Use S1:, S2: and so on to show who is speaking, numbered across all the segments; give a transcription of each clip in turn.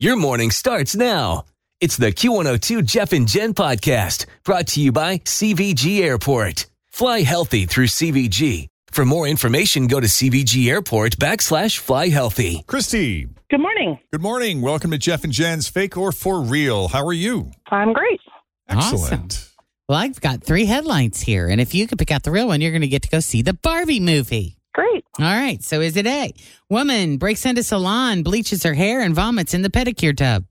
S1: Your morning starts now. It's the Q102 Jeff and Jen podcast brought to you by CVG Airport. Fly healthy through CVG. For more information, go to CVG Airport backslash fly healthy.
S2: Christy,
S3: Good morning.
S2: good morning. Welcome to Jeff and Jen's Fake or For Real. How are you?
S3: I'm great.
S2: Excellent.
S4: Well, I've got three headlines here, and if you could pick out the real one, you're going to get to go see the Barbie movie.
S3: Great.
S4: All right, so is it A? Woman breaks into salon, bleaches her hair, and vomits in the pedicure tub.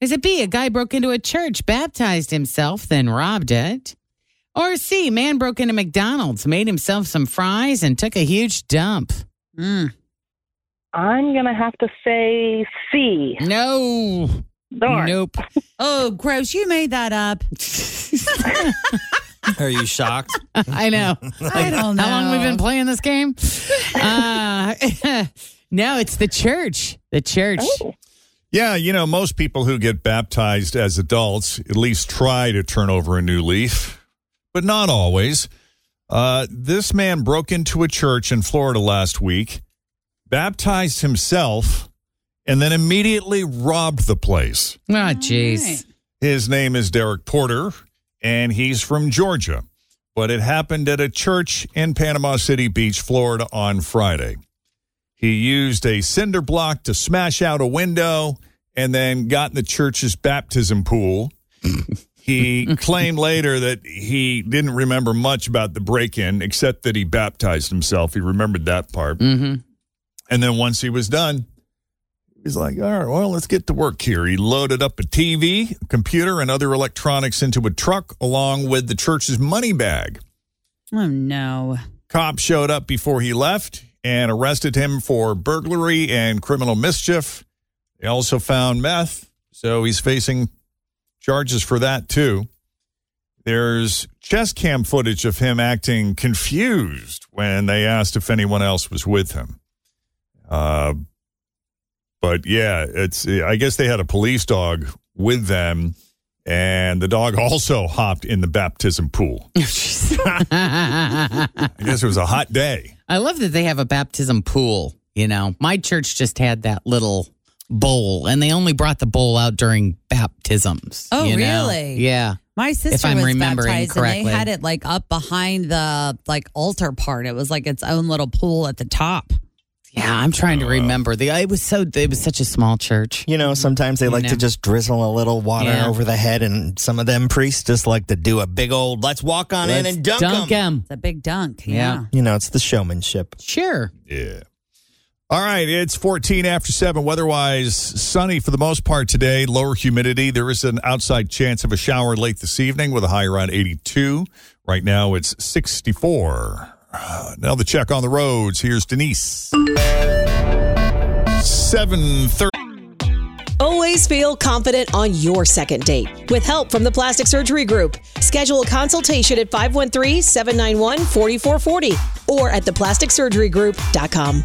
S4: Is it B? A guy broke into a church, baptized himself, then robbed it. Or C? Man broke into McDonald's, made himself some fries, and took a huge dump. Mm.
S3: I'm going to have to say C.
S4: No.
S3: Darn.
S4: Nope.
S5: Oh, gross. You made that up.
S6: Are you shocked?
S4: I know.
S5: I don't know.
S4: How long we've been playing this game? uh, no, it's the church. The church.
S3: Oh,
S2: Yeah, you know, most people who get baptized as adults at least try to turn over a new leaf, but not always. Uh, this man broke into a church in Florida last week, baptized himself, and then immediately robbed the place.
S4: Oh, jeez.
S2: His name is Derek Porter, and he's from Georgia. But it happened at a church in Panama City Beach, Florida on Friday. He used a cinder block to smash out a window and then got in the church's baptism pool. he claimed later that he didn't remember much about the break in, except that he baptized himself. He remembered that part.
S4: Mm-hmm.
S2: And then once he was done, he's like, all right, well, let's get to work here. He loaded up a TV, computer, and other electronics into a truck along with the church's money bag.
S5: Oh, no.
S2: Cops showed up before he left and arrested him for burglary and criminal mischief. They also found meth, so he's facing charges for that too. There's chest cam footage of him acting confused when they asked if anyone else was with him. Uh, but yeah, it's I guess they had a police dog with them, and the dog also hopped in the baptism pool.
S4: I
S2: I guess it was a hot day.
S4: love that they have a baptism pool. You know, my church just had that little bowl, and they only brought the bowl out during baptisms.
S5: Oh,
S4: you know?
S5: really?
S4: Yeah.
S5: My sister
S4: I'm
S5: was
S4: remembering
S5: baptized, and
S4: correctly.
S5: they had it like up behind the like altar part. It was like its own little pool at the top.
S4: Yeah, I'm trying
S6: Oh,
S4: to remember. The it was so it was such a small church.
S6: You know, sometimes they
S4: You
S6: like
S4: know.
S6: to just drizzle a little water
S4: Yeah.
S6: over the head, and some of them priests just like to do a big old let's walk on in
S4: Let's
S6: and dunk,
S4: dunk
S6: 'em."
S4: him.
S5: It's a big dunk.
S4: Yeah.
S5: Yeah.
S6: You know, it's the showmanship.
S4: Sure.
S2: Yeah. All right, it's 14 after 7. Weatherwise, sunny for the most part today, lower humidity. There is an outside chance of a shower late this evening with a high around 82. Right now, it's 64. Uh, Now, the check on the roads. Here's Denise. 730.
S7: Always feel confident on your second date with help from the Plastic Surgery Group. Schedule a consultation at 513 791 4440 or at theplasticsurgerygroup.com.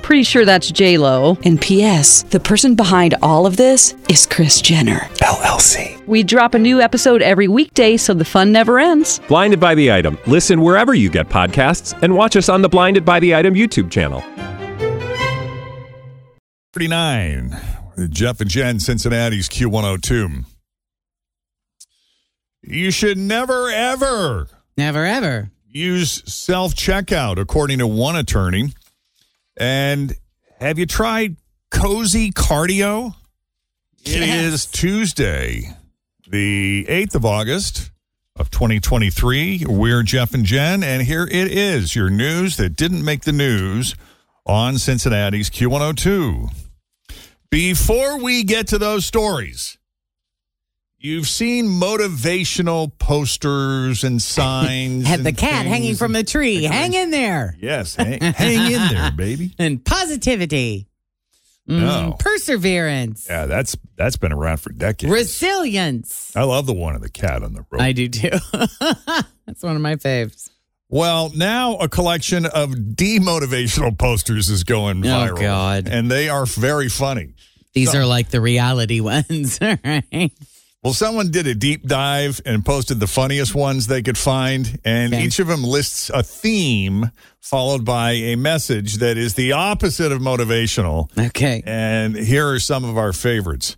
S8: Pretty sure that's J Lo.
S7: And P.S. The person behind all of this is Chris Jenner.
S9: LLC.
S8: We drop a new episode every weekday, so the fun never ends.
S9: Blinded by the item. Listen wherever you get podcasts, and watch us on the Blinded by the Item YouTube channel.
S2: 39. Jeff and Jen, Cincinnati's Q102. You should never, ever,
S4: never, ever
S2: use self checkout, according to one attorney. And have you tried Cozy Cardio? It is Tuesday, the 8th of August of 2023. We're Jeff and Jen, and here it is your news that didn't make the news on Cincinnati's Q102. Before we get to those stories, you've seen motivational posters and signs.
S4: Had the
S2: and
S4: cat hanging
S2: things.
S4: from a tree. Hang in there.
S2: Yes, hang, hang in there, baby.
S4: And positivity. Mm,
S2: No.
S4: Perseverance.
S2: Yeah, that's that's been around for decades.
S4: Resilience.
S2: I love the one of the cat on the rope.
S4: I do too. That's one of my faves.
S2: Well, now a collection of demotivational posters is going viral.
S4: Oh, God.
S2: And they are very funny.
S4: These are like the reality ones, all right?
S2: Well, someone did a deep dive and posted the funniest ones they could find. And each of them lists a theme followed by a message that is the opposite of motivational.
S4: Okay.
S2: And here are some of our favorites.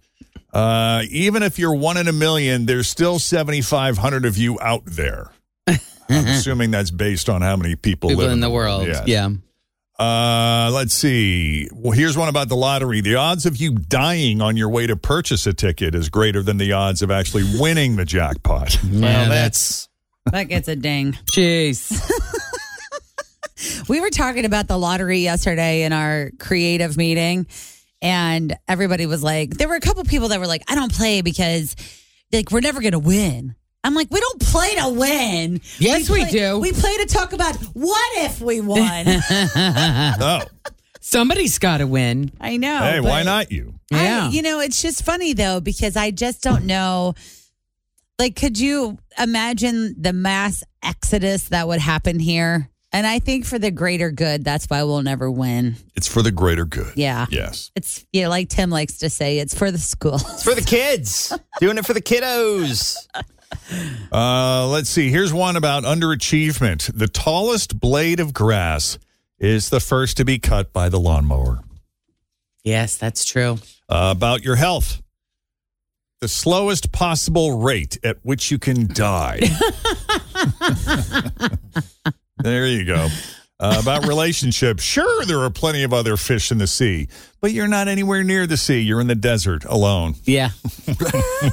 S2: Uh, even if you're one in a million, there's still 7,500 of you out there. I'm assuming that's based on how many people,
S4: People
S2: live
S4: in the world.
S2: Yes.
S4: Yeah.
S2: Uh, let's see. Well, here's one about the lottery. The odds of you dying on your way to purchase a ticket is greater than the odds of actually winning the jackpot.
S4: Yeah,
S5: that's- That gets a ding.
S4: Jeez.
S5: We were talking about the lottery yesterday in our creative meeting, and everybody was like, there were a couple people that were like, I don't play because like we're never gonna win. I'm like, we don't play to win.
S4: Yes, we
S5: play-
S4: do.
S5: We play to talk about what if we won.
S2: oh,
S4: Somebody's got to win.
S5: I know.
S2: hey, why
S5: but-
S2: not you?
S5: I-
S4: Yeah.
S5: you know, it's just funny though, because I just don't know. Like, could you imagine the mass exodus that would happen here? And I think for the greater good, that's why we'll never win.
S2: It's for the greater good.
S5: Yeah.
S2: Yes.
S5: It's, yeah, like Tim likes to say, it's for the school.
S6: It's for the kids. Doing it for the kiddos.
S2: Uh, let's see. Here's one about underachievement. The tallest blade of grass is the first to be cut by the lawnmower.
S4: Yes, that's true.
S2: Uh, about your health. The slowest possible rate at which you can die. there you go. Uh, about relationships. Sure, there are plenty of other fish in the sea, but you're not anywhere near the sea. You're in the desert alone.
S4: Yeah.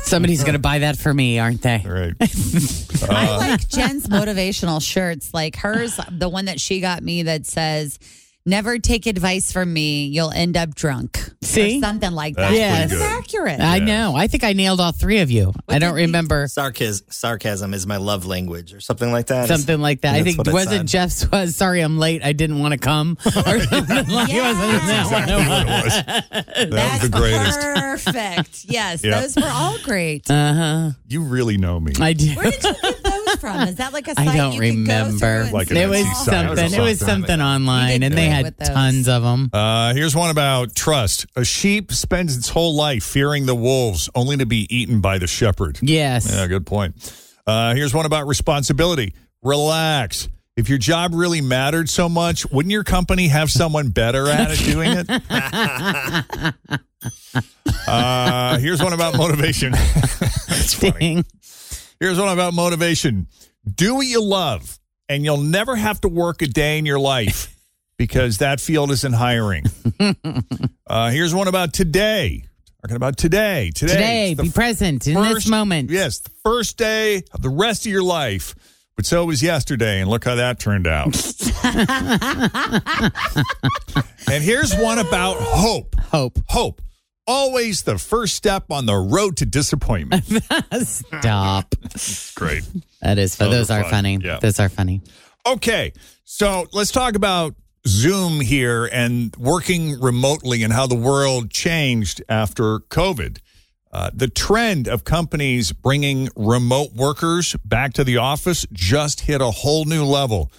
S4: Somebody's going to buy that for me, aren't they?
S2: All right. Uh.
S5: I like Jen's motivational shirts, like hers, the one that she got me that says, never take advice from me. You'll end up drunk.
S4: See?
S5: Or something like
S2: That's
S5: that.
S2: pretty
S4: Yes.
S5: It's
S2: good.
S5: accurate.
S4: I know. I think I nailed all three of you. I don't remember
S6: Sarcasm, sarcasm is my love language, or something like that.
S4: something like that. I
S6: That's
S4: think
S6: what it
S4: wasn't
S6: said.
S4: Jeff's was sorry I'm late. I didn't want to come. Or something like
S5: Yeah.
S4: that one.
S2: Exactly what it was. That
S5: That's
S2: was the greatest.
S5: Perfect. Yes,
S2: Yeah.
S5: those were all great.
S4: Uh-huh.
S2: You really know me.
S4: I do.
S5: Where did you get those from? Is that like a site
S4: I don't
S5: you could go through
S4: remember.
S5: and
S2: Like an
S5: see
S4: it was
S2: Etsy site or
S4: something. It was
S2: something.
S4: something
S5: You
S4: online,
S5: did
S4: and they
S5: great
S4: had
S5: with those.
S4: tons of them.
S2: Uh, here's one about trust. A sheep spends its whole life fearing the wolves, only to be eaten by the shepherd.
S4: Yes.
S2: Yeah, good point. Uh, here's one about responsibility. Relax. If your job really mattered so much, wouldn't your company have someone better at it doing it? uh, here's one about motivation. That's funny.
S4: Ding.
S2: Here's one about motivation. Do what you love, and you'll never have to work a day in your life because that field isn't hiring. uh, here's one about today. Talking about today. Today.
S4: Today,
S2: It's the
S4: be present in this
S2: first-
S4: moment.
S2: Yes, the first day of the rest of your life. But so was yesterday, and look how that turned out. and here's one about hope.
S4: Hope.
S2: Hope. Always the first step on the road to disappointment.
S4: Stop.
S2: Great.
S4: That is. But
S2: Those
S4: those
S2: are
S4: are
S2: Oh, fun.
S4: funny.
S2: Yeah.
S4: Those are funny.
S2: Okay. So let's talk about Zoom here and working remotely and how the world changed after COVID. Uh, the trend of companies bringing remote workers back to the office just hit a whole new level.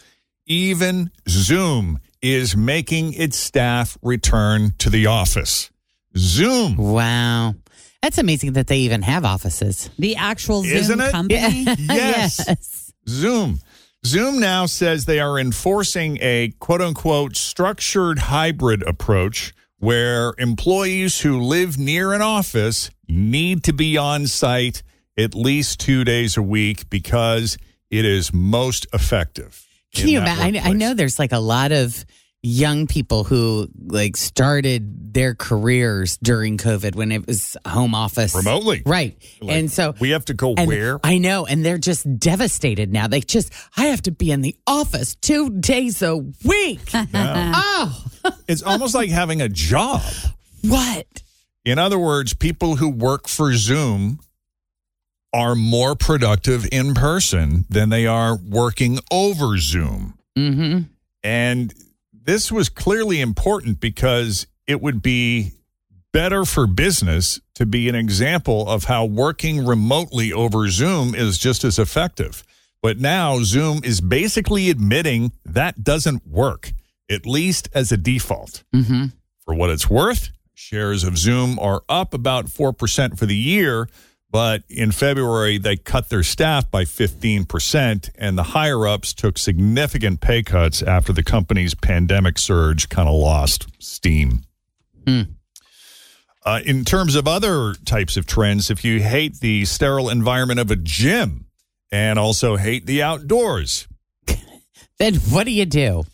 S2: Even Zoom is making its staff return to the office. Zoom.
S4: Wow. That's amazing that they even have offices.
S5: The actual Zoom
S2: Isn't it?
S5: company.
S2: Yes. Zoom. Zoom now says they are enforcing a quote unquote structured hybrid approach where employees who live near an office need to be on site at least two days a week because it is most effective.
S4: Can
S2: in
S4: you
S2: that
S4: imagine? I, I know there's like a lot of young people who like started their careers during COVID when it was home office
S2: Remotely.
S4: right? and so
S2: we have to go
S4: and
S2: where?
S4: I know, and they're just devastated now. They just I have to be in the office two days a week. Oh,
S2: It's almost like having a job.
S4: what?
S2: In other words, people who work for Zoom are more productive in person than they are working over Zoom.
S4: Mm-hmm.
S2: And this was clearly important because it would be better for business to be an example of how working remotely over Zoom is just as effective. But now Zoom is basically admitting that doesn't work, at least as a default.
S4: Mm-hmm.
S2: For what it's worth, shares of Zoom are up about 4% for the year, but in February, they cut their staff by 15%, and the higher ups took significant pay cuts after the company's pandemic surge kind of lost steam.
S4: Hmm.
S2: Uh, in terms of other types of trends, if you hate the sterile environment of a gym and also hate the outdoors,
S4: Then what do you do?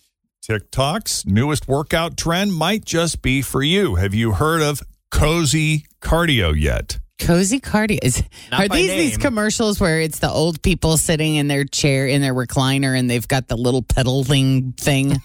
S2: TikTok's newest workout trend might just be for you. Have you heard of cozy cardio yet?
S4: Cozy cardio is
S6: Not
S4: are
S6: by
S4: these these
S6: name.
S4: commercials where it's the old people sitting in their chair in their recliner and they've got the little pedaling thing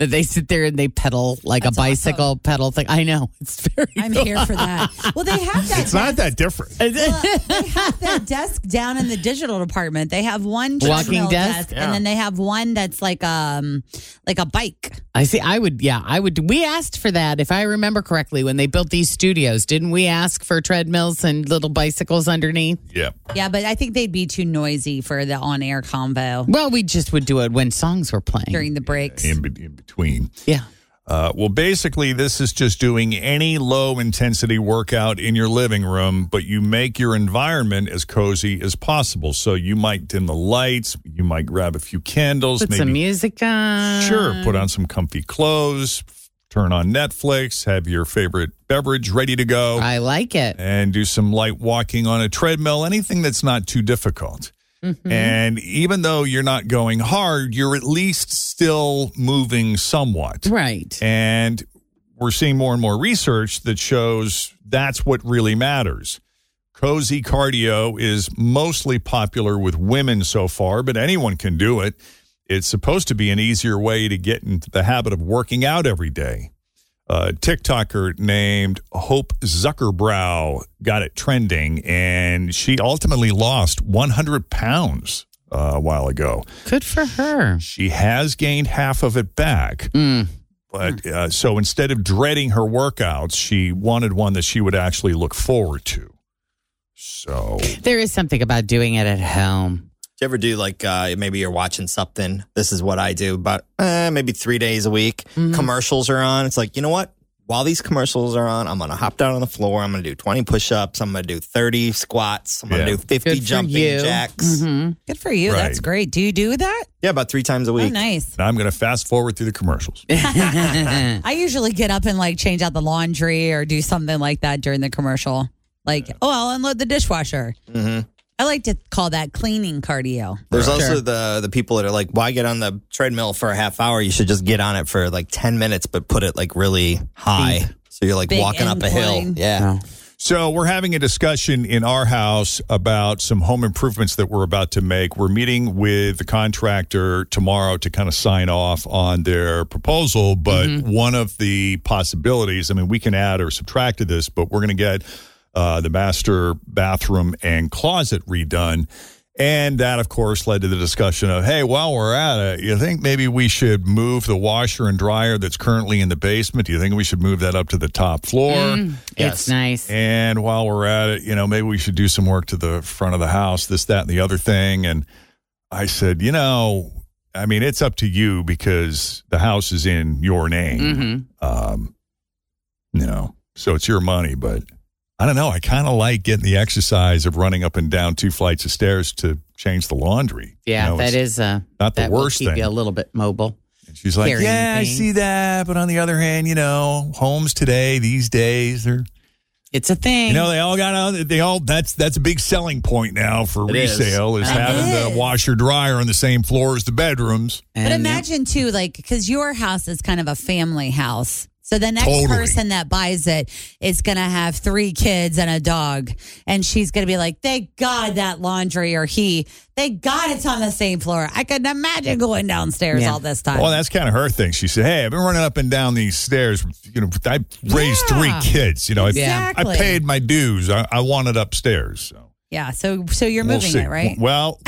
S4: that they sit there and they pedal like
S5: That's
S4: a bicycle pedal thing. I know it's very.
S5: I'm here for that. Well, they have that.
S2: It's not that different.
S5: they have that desk down in the digital department. They have one
S4: Walking
S5: treadmill
S4: desk?
S6: Yeah.
S5: and then they have one that's like um like a bike.
S4: I see. I would. Yeah, I would. We asked for that if I remember correctly when they built these studios. Didn't we ask for treadmills and little bicycles underneath?
S2: Yeah.
S5: Yeah, but I think they'd be too noisy for the on-air combo
S4: Well, we just would do it when songs were playing.
S5: during the breaks.
S2: In, be- in between.
S4: yeah.
S2: Uh, well, basically, this is just doing any low intensity workout in your living room, but you make your environment as cozy as possible. So you might dim the lights, you might grab a few candles,
S4: Put some music on.
S2: Sure, put on some comfy clothes, turn on Netflix, have your favorite beverage ready to go.
S4: I like it.
S2: and do some light walking on a treadmill, anything that's not too difficult.
S4: Mm-hmm.
S2: And even though you're not going hard, you're at least still moving somewhat.
S4: Right.
S2: And we're seeing more and more research that shows that's what really matters. Cozy cardio is mostly popular with women so far, but anyone can do it. It's supposed to be an easier way to get into the habit of working out every day. A TikToker named Hope Zuckerbrow got it trending, and she ultimately lost 100 pounds uh, a while ago.
S4: Good for her.
S2: She has gained half of it back.
S4: Mm.
S2: But uh, so instead of dreading her workouts, she wanted one that she would actually look forward to. So
S4: There is something about doing it at home.
S6: Do you ever do like uh, maybe you're watching something? This is what I do, but uh, maybe three days a week.
S4: Mm-hmm.
S6: Commercials are on. It's like you know what? While these commercials are on, I'm gonna hop down on the floor. I'm gonna do 20 push-ups. I'm gonna do 30 squats. I'm gonna
S2: Yeah.
S6: do 50
S4: Good for
S6: jumping
S4: you.
S6: jacks.
S4: Mhm.
S5: Mm-hmm. Good for you.
S2: Right.
S5: That's great. Do you do that?
S6: Yeah, about three times a
S5: Oh,
S6: week.
S5: nice.
S2: now I'm going to fast forward through the commercials.
S5: I usually get up and like change out the laundry or do something like that during the commercial. Like, oh, I'll unload the dishwasher.
S6: hmm
S5: I like to call that cleaning cardio.
S6: There's
S4: Right.
S6: also
S4: Sure.
S6: the the people that are like, why get on the treadmill for a half hour? You should just get on it for like 10 minutes, but put it like really high. So you're like
S5: Big
S6: walking up a hill.
S5: incline.
S6: Yeah.
S4: No.
S2: So we're having a discussion in our house about some home improvements that we're about to make. We're meeting with the contractor tomorrow to kind of sign off on their proposal. But one of the possibilities, I mean, we can add or subtract to this, but we're going to get uh, the master bathroom and closet redone. And that, of course, led to the discussion of, hey, while we're at it, you think maybe we should move the washer and dryer that's currently in the basement? Do you think we should move that up to the top floor?
S4: It's nice.
S2: And while we're at it, you know, maybe we should do some work to the front of the house, this, that, and the other thing. And I said, you know, I mean, it's up to you because the house is in your name.
S4: hmm
S2: Um, you know, so it's your money, but I don't know. I kind of like getting the exercise of running up and down two flights of stairs to change the laundry.
S4: Yeah,
S2: You know,
S4: that
S2: it's
S4: is uh,
S2: not the
S4: that will
S2: worst
S4: keep
S2: thing.
S4: you a little bit mobile.
S2: And she's like,
S4: Carrying
S2: yeah, I
S4: things.
S2: see that. But on the other hand, you know, homes today, these days, they're,
S4: It's a thing.
S2: you know, they all got on, they all, that's, that's a big selling point now for
S6: It is.
S2: resale is,
S6: It
S2: having
S5: is.
S2: the washer dryer on the same floor as the bedrooms.
S5: But
S4: And, uh,
S5: imagine too, like, because your house is kind of a family house. So the next
S2: Totally.
S5: person that buys it is going to have three kids and a dog. And she's going to be like, thank God that laundry or he, thank God it's on the same floor. I couldn't imagine going downstairs
S4: Yeah.
S5: all this time.
S2: Well, that's kind of her thing. She said, "Hey, I've been running up and down these stairs. You know, I raised
S5: Yeah.
S2: three kids. You know, I,
S5: Exactly.
S2: I paid my dues. I, I wanted upstairs. So
S5: yeah. So, so you're
S2: we'll
S5: moving
S2: see.
S5: it, right?
S2: Well,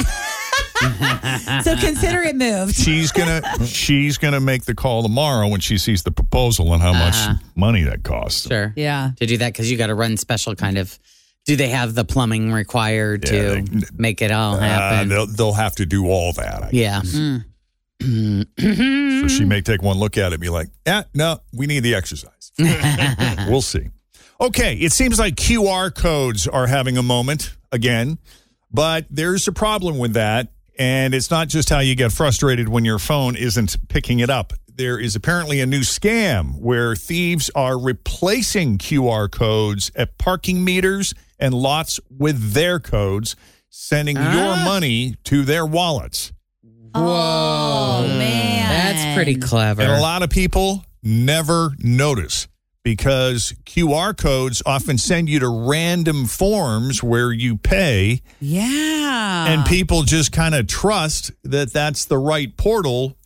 S5: so consider it moved.
S2: she's gonna she's gonna make the call tomorrow when she sees the proposal and how
S4: Uh-huh.
S2: much money that costs.
S4: sure.
S5: Yeah.
S4: to do that because you got to run special kind of. Do they have the plumbing required
S2: Yeah,
S4: to
S2: they-
S4: make it all
S2: Uh,
S4: happen?
S2: they'll they'll have to do all that. I
S4: yeah.
S5: Mm.
S2: guess. So she may take one look at it and be like, "Yeah, no, we need the exercise." we'll see. Okay, it seems like QR codes are having a moment again, but there's a problem with that. And it's not just how you get frustrated when your phone isn't picking it up. There is apparently a new scam where thieves are replacing QR codes at parking meters and lots with their codes, sending your money to their wallets.
S5: Oh, man.
S4: That's pretty clever.
S2: And a lot of people never notice because QR codes often send you to random forms where you pay,
S5: Yeah.
S2: and people just kind of trust that that's the right portal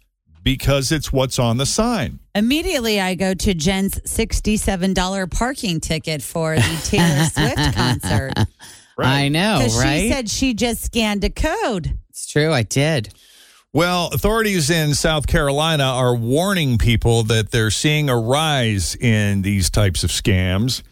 S2: because it's what's on the sign.
S5: Immediately, I go to Jen's $67 parking ticket for the Taylor Swift concert.
S4: I know,
S5: Because
S4: Oh, right?
S5: she said she just scanned a code.
S4: it's true. I did.
S2: Well, authorities in South Carolina are warning people that they're seeing a rise in these types of scams.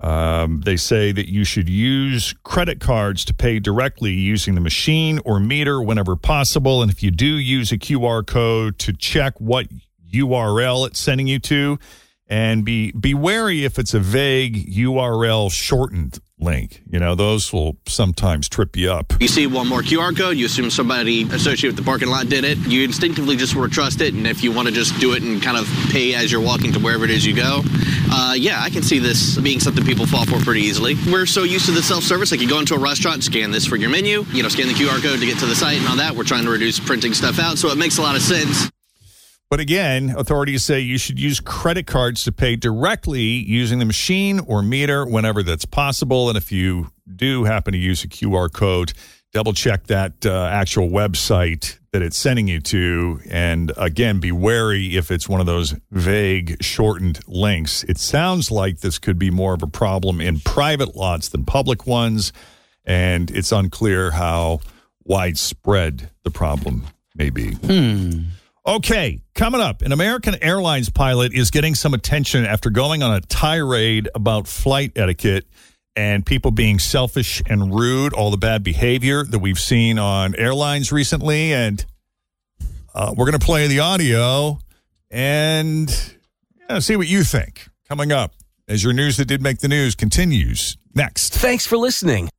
S2: Um, they say that you should use credit cards to pay directly using the machine or meter whenever possible. And if you do use a QR code to check what URL it's sending you to, and be be wary if it's a vague URL shortened link. You know, those will sometimes trip you up.
S10: You see one more QR code, you assume somebody associated with the parking lot did it. You instinctively just sort of trust it, and if you want to just do it and kind of pay as you're walking to wherever it is you go, uh, yeah, I can see this being something people fall for pretty easily. We're so used to the self-service, like you go into a restaurant, scan this for your menu, you know, scan the QR code to get to the site and all that. We're trying to reduce printing stuff out, so it makes a lot of sense.
S2: But again, authorities say you should use credit cards to pay directly using the machine or meter whenever that's possible. And if you do happen to use a QR code, double check that uh, actual website that it's sending you to. And again, be wary if it's one of those vague, shortened links. It sounds like this could be more of a problem in private lots than public ones. And it's unclear how widespread the problem may be.
S4: Hmm.
S2: Okay, coming up, an American Airlines pilot is getting some attention after going on a tirade about flight etiquette and people being selfish and rude, all the bad behavior that we've seen on airlines recently. And uh, we're going to play the audio and yeah, see what you think. Coming up, as your news that did make the news continues next.
S1: Thanks for listening